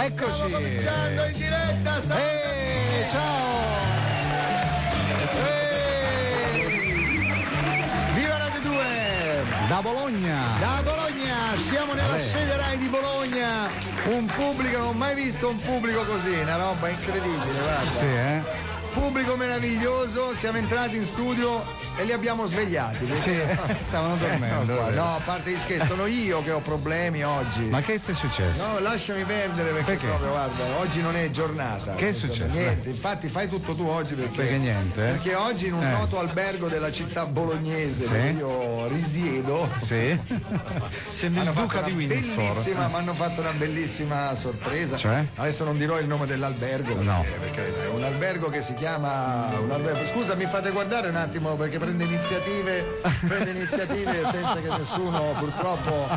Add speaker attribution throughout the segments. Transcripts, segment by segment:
Speaker 1: Eccoci.
Speaker 2: Stiamo cominciando in diretta. Sta...
Speaker 1: Ehi, ciao.
Speaker 2: Ehi! Viva Radio 2!
Speaker 1: Da Bologna.
Speaker 2: Da Bologna, siamo nella
Speaker 1: Vabbè.
Speaker 2: sede Rai di Bologna. Un pubblico, non ho mai visto un pubblico così, una roba incredibile, guarda.
Speaker 1: Sì, eh.
Speaker 2: Pubblico meraviglioso, siamo entrati in studio e li abbiamo svegliati. perché-
Speaker 1: Sì, stavano dormendo,
Speaker 2: no,
Speaker 1: è vero.
Speaker 2: no, a parte gli scherzi, sono io che ho problemi oggi.
Speaker 1: Ma che ti è successo?
Speaker 2: No, lasciami perdere perché,
Speaker 1: Perché?
Speaker 2: proprio guarda, oggi non è giornata.
Speaker 1: Che è
Speaker 2: Insomma,
Speaker 1: successo?
Speaker 2: Niente, infatti fai tutto tu oggi perché.
Speaker 1: Perché niente, eh?
Speaker 2: Perché oggi in un
Speaker 1: Eh.
Speaker 2: noto albergo della città bolognese
Speaker 1: Sì.
Speaker 2: dove io risiedo.
Speaker 1: Sì. Sembri il
Speaker 2: hanno fatto
Speaker 1: duca di
Speaker 2: una
Speaker 1: Windsor. Eh.
Speaker 2: bellissima- Mi hanno fatto una bellissima sorpresa.
Speaker 1: Cioè?
Speaker 2: Adesso non dirò il nome dell'albergo.
Speaker 1: No.
Speaker 2: Perché, perché è un albergo che si chiama. un albergo- Scusa, mi fate guardare un attimo perché prende iniziative, prende iniziative senza che nessuno purtroppo.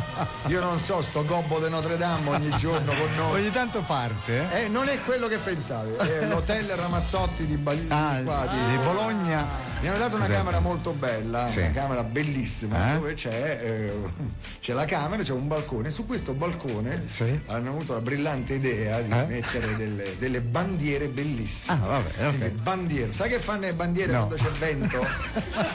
Speaker 2: Io non so, sto gobbo di Notre Dame ogni giorno con noi.
Speaker 1: Ogni tanto parte. eh.
Speaker 2: Eh, non è quello che pensavi, è l'hotel Ramazzotti di, Bagli-
Speaker 1: Ah,
Speaker 2: qua di-
Speaker 1: di Bologna.
Speaker 2: mi hanno dato una
Speaker 1: Cos'è?
Speaker 2: camera molto bella,
Speaker 1: Sì.
Speaker 2: una camera bellissima,
Speaker 1: Eh?
Speaker 2: dove c'è, eh, c'è la camera, c'è un balcone. Su questo balcone
Speaker 1: Sì.
Speaker 2: hanno avuto la brillante idea di
Speaker 1: Eh?
Speaker 2: mettere delle, delle bandiere bellissime.
Speaker 1: Ah, vabbè, ok.
Speaker 2: Quindi bandiere. Sai che fanno le bandiere
Speaker 1: No.
Speaker 2: quando c'è vento?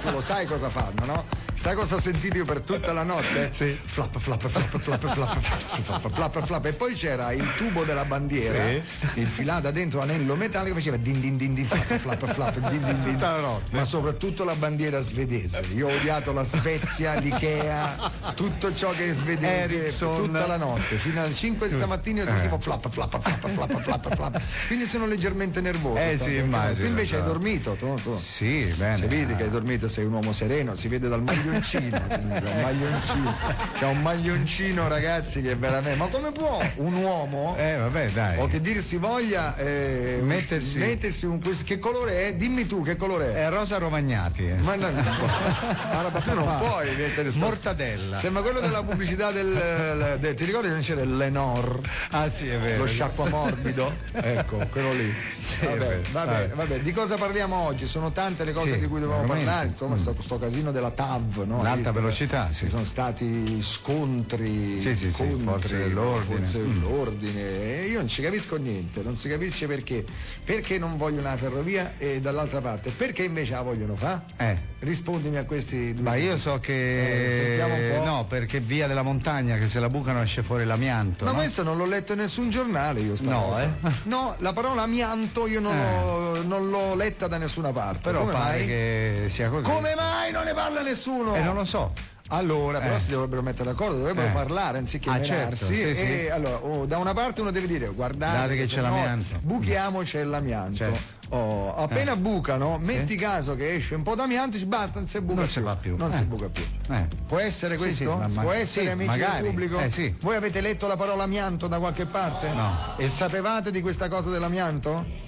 Speaker 2: tu lo sai cosa fanno, no? Sai cosa ho sentito io per tutta la notte?
Speaker 1: Sì.
Speaker 2: Flap, flap, flap, flap, flap, flap, flap, flap. E poi c'era il tubo della bandiera
Speaker 1: Sì.
Speaker 2: infilata dentro l'anello metallico faceva din din din din flap, flap, flap, din din din.
Speaker 1: Tutta la notte.
Speaker 2: Ma soprattutto la bandiera svedese. Io ho odiato la Svezia, l'Ikea, tutto ciò che è svedese
Speaker 1: Ericsson. Eh.
Speaker 2: tutta la notte. Fino alle 5 di stamattina io sentivo flap, flap, flap, flap, flap, flap. Quindi sono leggermente nervoso.
Speaker 1: Eh, sì, immagino,
Speaker 2: Tu invece hai
Speaker 1: certo.
Speaker 2: dormito, tu, tu.
Speaker 1: Sì, bene.
Speaker 2: Si vede Cioè, che hai dormito, sei un uomo sereno, si vede dal maglioncino, signore, un maglioncino. C'è un maglioncino ragazzi che è veramente. Ma come può un uomo
Speaker 1: Eh, vabbè, dai.
Speaker 2: o che dir si voglia eh,
Speaker 1: Mettersi.
Speaker 2: mettersi un quest- che colore è? Dimmi tu che colore è.
Speaker 1: Eh, Rosa Romagnati. eh.
Speaker 2: Ma no, no, allora, ma tu non puoi mettere sta-
Speaker 1: Mortadella.
Speaker 2: Sembra quello della pubblicità del, del- ti ricordi che c'era il Lenor?
Speaker 1: Ah, sì, è vero.
Speaker 2: Lo sciacquamorbido, ecco, quello lì.
Speaker 1: Sì,
Speaker 2: vabbè,
Speaker 1: è vero,
Speaker 2: vabbè,
Speaker 1: vabbè.
Speaker 2: vabbè. di cosa parliamo oggi? Sono tante le cose
Speaker 1: Sì,
Speaker 2: di cui dobbiamo
Speaker 1: veramente.
Speaker 2: parlare, insomma,
Speaker 1: Mm.
Speaker 2: sto, sto casino della TAV, no?
Speaker 1: L'alta
Speaker 2: Lì,
Speaker 1: velocità, sì.
Speaker 2: Ci sono stati scontri,
Speaker 1: Sì, sì, sì,
Speaker 2: incontri,
Speaker 1: forze dell'ordine.
Speaker 2: forze
Speaker 1: Mm.
Speaker 2: dell'ordine. E io non ci capisco niente, non si capisce perché. Perché non vogliono una ferrovia e dall'altra parte, perché invece la vogliono fa?
Speaker 1: Eh.
Speaker 2: Rispondimi a questi due.
Speaker 1: Ma io so
Speaker 2: Eh, sentiamo
Speaker 1: che
Speaker 2: un po'.
Speaker 1: no, perché via della montagna che se la bucano esce fuori l'amianto.
Speaker 2: Ma
Speaker 1: no?
Speaker 2: questo non l'ho letto in nessun giornale io sta
Speaker 1: No,
Speaker 2: cosa.
Speaker 1: eh.
Speaker 2: No, la parola amianto io non,
Speaker 1: Eh.
Speaker 2: l'ho- non l'ho letta da nessuna parte.
Speaker 1: Però
Speaker 2: Come
Speaker 1: pare
Speaker 2: mai?
Speaker 1: che sia così.
Speaker 2: Come mai non ne parla nessuno?
Speaker 1: Eh, non lo so.
Speaker 2: Allora, però
Speaker 1: Eh.
Speaker 2: si dovrebbero mettere d'accordo, dovrebbero
Speaker 1: Eh.
Speaker 2: parlare anziché
Speaker 1: Ah,
Speaker 2: menarsi.
Speaker 1: certo, sì,
Speaker 2: e
Speaker 1: sì.
Speaker 2: allora, oh, da una parte uno deve dire guardate
Speaker 1: Guardate che c'è
Speaker 2: se no
Speaker 1: l'amianto.
Speaker 2: Buchiamo c'è l'amianto.
Speaker 1: Certo.
Speaker 2: Oh, appena bucano, metti caso che esce un po' d'amianto, dici, basta, non si buca
Speaker 1: Non
Speaker 2: più.
Speaker 1: si fa più.
Speaker 2: Non
Speaker 1: Eh.
Speaker 2: si buca più.
Speaker 1: Eh.
Speaker 2: Può essere
Speaker 1: Sì,
Speaker 2: questo?
Speaker 1: sì, ma- ma-
Speaker 2: Può essere
Speaker 1: sì,
Speaker 2: amici
Speaker 1: magari.
Speaker 2: del pubblico?
Speaker 1: Eh, sì.
Speaker 2: Voi avete letto la parola amianto da qualche parte?
Speaker 1: No.
Speaker 2: E sapevate di questa cosa dell'amianto?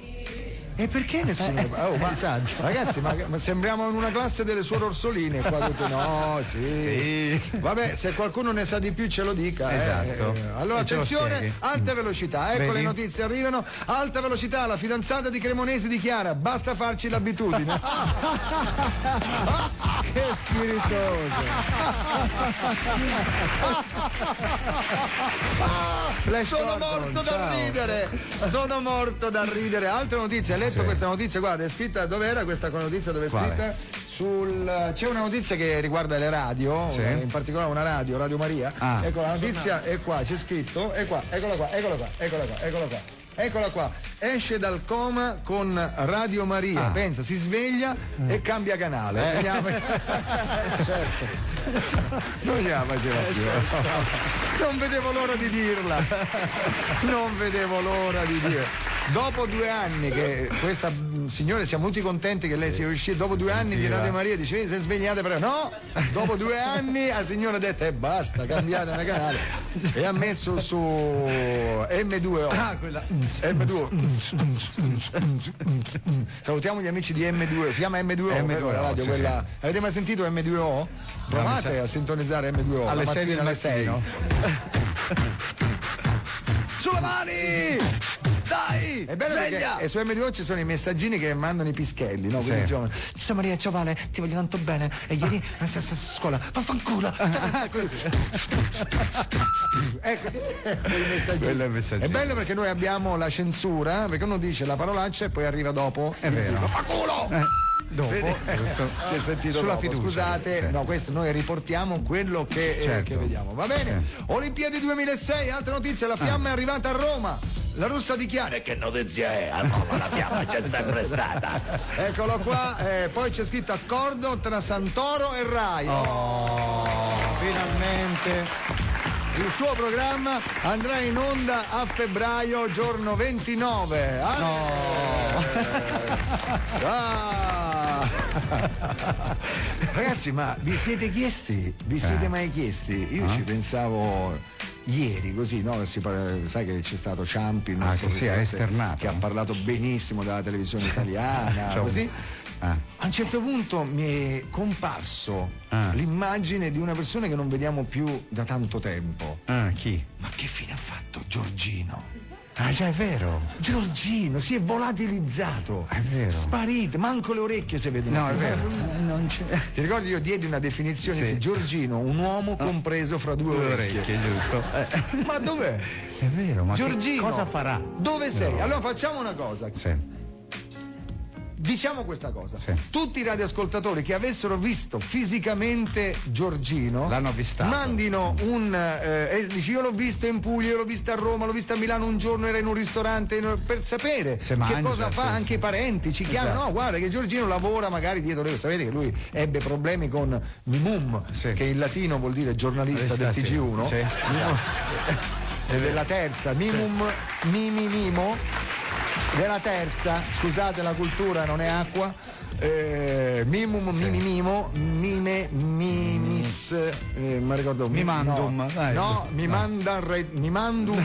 Speaker 2: E perché nessuno ne parla? Oh, ma-
Speaker 1: Esatto.
Speaker 2: ragazzi, ma, ma sembriamo in una classe delle suore orsoline qua tutti. No, sì.
Speaker 1: Sì.
Speaker 2: Vabbè, se qualcuno ne sa di più ce lo dica. eh.
Speaker 1: Esatto.
Speaker 2: Eh, Allora
Speaker 1: E ce lo
Speaker 2: attenzione,
Speaker 1: spieghi.
Speaker 2: alta velocità, ecco
Speaker 1: Vedi?
Speaker 2: le notizie arrivano. Alta velocità, la fidanzata di Cremonese dichiara, basta farci l'abitudine. Ah, che spiritoso.
Speaker 1: Flash
Speaker 2: Ah, sono
Speaker 1: Gordon,
Speaker 2: morto da
Speaker 1: ciao.
Speaker 2: ridere, sono morto da ridere. Altra notizia, hai letto
Speaker 1: Sì.
Speaker 2: questa notizia? Guarda, è scritta dov'era questa notizia dove è
Speaker 1: Quale?
Speaker 2: scritta? Sul, c'è una notizia che riguarda le radio,
Speaker 1: Sì.
Speaker 2: una- in particolare una radio, Radio Maria.
Speaker 1: Ah.
Speaker 2: Ecco, la notizia è qua, c'è scritto, è qua, eccola qua, eccola qua, eccola qua, eccola qua. Eccola qua, esce dal coma con Radio
Speaker 1: Ah.
Speaker 2: Maria,
Speaker 1: Mm. Eh.
Speaker 2: pensa, si sveglia e cambia canale. Andiamo- certo. Non gliela faceva più. Non vedevo l'ora di dirla. Non vedevo l'ora di dire. Dopo due anni che questa mh, signora siamo tutti contenti che lei sia uscita, dopo due anni di
Speaker 1: sentiva.
Speaker 2: Radio Maria dice "Eh, se svegliate però no, dopo due anni la signora ha detto e basta, cambiate la canale e ha messo su M2O.
Speaker 1: Ah, quella.
Speaker 2: Eh, M2. Salutiamo gli amici di M2, si chiama M2O,
Speaker 1: M2O,
Speaker 2: però la radio,
Speaker 1: sì,
Speaker 2: quella- Avete mai sentito M2O? Provate
Speaker 1: mi sa-
Speaker 2: a sintonizzare M2O la
Speaker 1: Alle
Speaker 2: mattina
Speaker 1: 6 del
Speaker 2: alle 6.
Speaker 1: mattino.
Speaker 2: Sulle mani! Dai! dai!
Speaker 3: È bello
Speaker 2: sveglia!
Speaker 3: perché e su M2O ci sono i messaggini che mandano i pischelli, no? Quindi
Speaker 1: Sì.
Speaker 3: giovani. Ciao Maria, ciao Vale, ti voglio tanto bene. E ieri la stessa scuola, vaffanculo.
Speaker 2: Ecco, quel messaggino.
Speaker 1: Quello è il messaggino.
Speaker 2: È bello perché noi abbiamo la censura, perché uno dice la parolaccia e poi arriva dopo. Eh.
Speaker 1: È vero.
Speaker 2: Ma fa culo!
Speaker 1: Dopo, eh, questo,
Speaker 2: si è sentito
Speaker 1: sulla
Speaker 2: dopo,
Speaker 1: fiducia.
Speaker 2: scusate
Speaker 1: Sì.
Speaker 2: no questo noi riportiamo quello che, eh,
Speaker 1: Certo.
Speaker 2: che vediamo va bene Olimpiadi 2006 altre notizie la fiamma è arrivata a Roma la russa dichiara
Speaker 4: E che notizia è? A Roma la fiamma c'è sempre stata.
Speaker 2: eccolo qua eh, poi c'è scritto accordo tra Santoro e Rai
Speaker 1: finalmente.
Speaker 2: il suo programma andrà in onda a febbraio giorno 29 Ah! Ah! Ragazzi, ma vi siete chiesti? Vi siete
Speaker 1: Eh.
Speaker 2: mai chiesti? Io
Speaker 1: Ah.
Speaker 2: ci pensavo ieri così, no? Si par- sai che c'è stato Ciampi, il
Speaker 1: Ah,
Speaker 2: nostro
Speaker 1: che sì, ha
Speaker 2: presidente,
Speaker 1: esternato.
Speaker 2: Che ha parlato benissimo della televisione italiana,
Speaker 1: Insomma.
Speaker 2: così.
Speaker 1: Ah.
Speaker 2: A un certo punto mi è comparso
Speaker 1: Ah.
Speaker 2: l'immagine di una persona che non vediamo più da tanto tempo.
Speaker 1: Ah, chi?
Speaker 2: Ma che fine ha fatto Giorgino?
Speaker 1: Ah, già è vero.
Speaker 2: Giorgino si è volatilizzato,
Speaker 1: È vero.
Speaker 2: sparito, manco le orecchie si vedono.
Speaker 1: No, è vero.
Speaker 2: Non c'è. Ti ricordi io diedi una definizione
Speaker 1: Sì.
Speaker 2: di Giorgino, un uomo compreso fra due,
Speaker 1: Due
Speaker 2: orecchie.
Speaker 1: orecchie, giusto.
Speaker 2: Eh, Ma dov'è?
Speaker 1: È vero, ma che-
Speaker 2: Giorgino,
Speaker 1: cosa farà?
Speaker 2: Dove sei?
Speaker 1: No.
Speaker 2: Allora facciamo una cosa.
Speaker 1: Sì.
Speaker 2: Diciamo questa cosa.
Speaker 1: Sì.
Speaker 2: Tutti i radioascoltatori che avessero visto fisicamente Giorgino
Speaker 1: L'hanno avvistato.
Speaker 2: mandino un eh, e dici, io l'ho visto in Puglia, io l'ho visto a Roma, l'ho visto a Milano un giorno, era in un ristorante in- per sapere
Speaker 1: Se
Speaker 2: che
Speaker 1: mangia,
Speaker 2: cosa fa,
Speaker 1: sì,
Speaker 2: anche
Speaker 1: sì.
Speaker 2: i parenti ci chiamano,
Speaker 1: Esatto.
Speaker 2: no, guarda che Giorgino lavora magari dietro le sapete che lui ebbe problemi con Mimum,
Speaker 1: Sì.
Speaker 2: che in latino vuol dire giornalista
Speaker 1: Sì,
Speaker 2: del
Speaker 1: sì.
Speaker 2: TG1.
Speaker 1: Sì. Esatto.
Speaker 2: Mimum- e della terza, Mimum Mimi Mimo della terza, scusate la cultura non è acqua, eh, mimum,
Speaker 1: Sì.
Speaker 2: mimi, mimo, mime, mimis, eh, ma ricordo,
Speaker 1: Mimandum,
Speaker 2: no,
Speaker 1: dai.
Speaker 2: no, mi
Speaker 1: No.
Speaker 2: manda, re- mi mandum,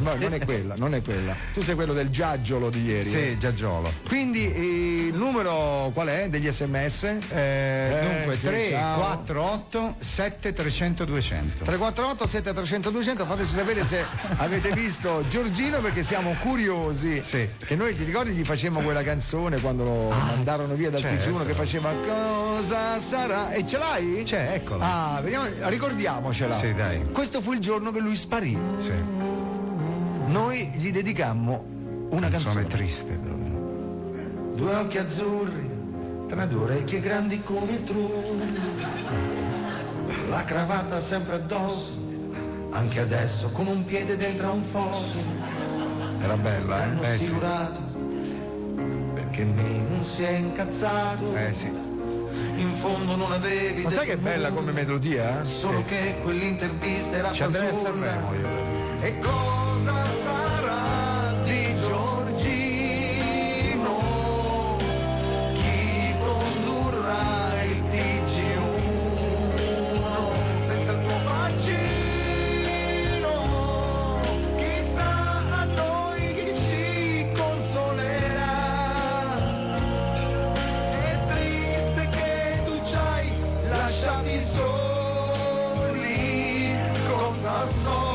Speaker 2: no, non è quella, non è quella, tu sei quello del giaggiolo di ieri. eh.
Speaker 1: Sì, Giagiolo.
Speaker 2: Quindi eh, il numero qual è degli sms?
Speaker 1: Eh,
Speaker 2: Eh,
Speaker 1: dunque, 3,
Speaker 2: 4,
Speaker 1: 4, 8, 7, 300, 200.
Speaker 2: 348 7300 200 fateci sapere se avete visto Giorgino perché siamo curiosi
Speaker 1: Sì. Ah,
Speaker 2: che noi ti ricordi gli facemmo quella canzone quando lo mandarono via dal
Speaker 1: certo.
Speaker 2: TG1 che faceva cosa sarà e ce l'hai?
Speaker 1: C'è, eccola.
Speaker 2: Ah, vediamo, ricordiamocela.
Speaker 1: Certo. Sì, dai.
Speaker 2: Questo fu il giorno che lui sparì.
Speaker 1: Sì.
Speaker 2: Noi gli dedicammo una
Speaker 1: Canzone
Speaker 2: canzone.
Speaker 1: triste. proprio.
Speaker 2: Due occhi azzurri, tra due orecchie grandi come trulli, la cravatta sempre addosso, anche adesso con un piede dentro a un fosso. Era bella, eh?
Speaker 1: Eh, sì.
Speaker 2: giurato, perché me non si è incazzato,
Speaker 1: Eh sì.
Speaker 2: in fondo non avevi...
Speaker 3: Ma sai che è bella come melodia? eh?
Speaker 2: Solo che quell'intervista era
Speaker 1: Ci andrei a
Speaker 2: fasulli.
Speaker 1: Sanremo io.
Speaker 2: E cosa sarà di Giorgino? Chi condurrà il TG1 senza il tuo vaccino? Chissà a noi chi ci consolerà. È triste che tu ci hai lasciati soli, cosa soli,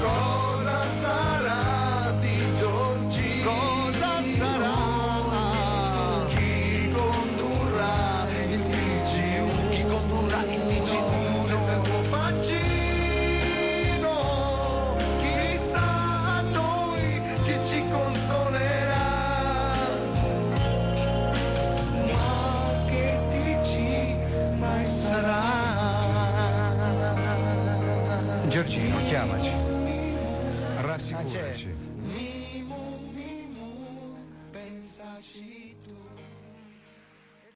Speaker 2: cosa sarà di Giorgino, cosa sarà, chi condurrà il TG1, chi condurrà il TG1 senza il tuo vaccino, chissà a noi chi ci consolerà. Ma che dici mai sarà?
Speaker 1: Giorgino, chiamaci.
Speaker 2: Ah, c'è.
Speaker 1: Rassicuraci.
Speaker 2: Mimu, mimu, pensaci tu.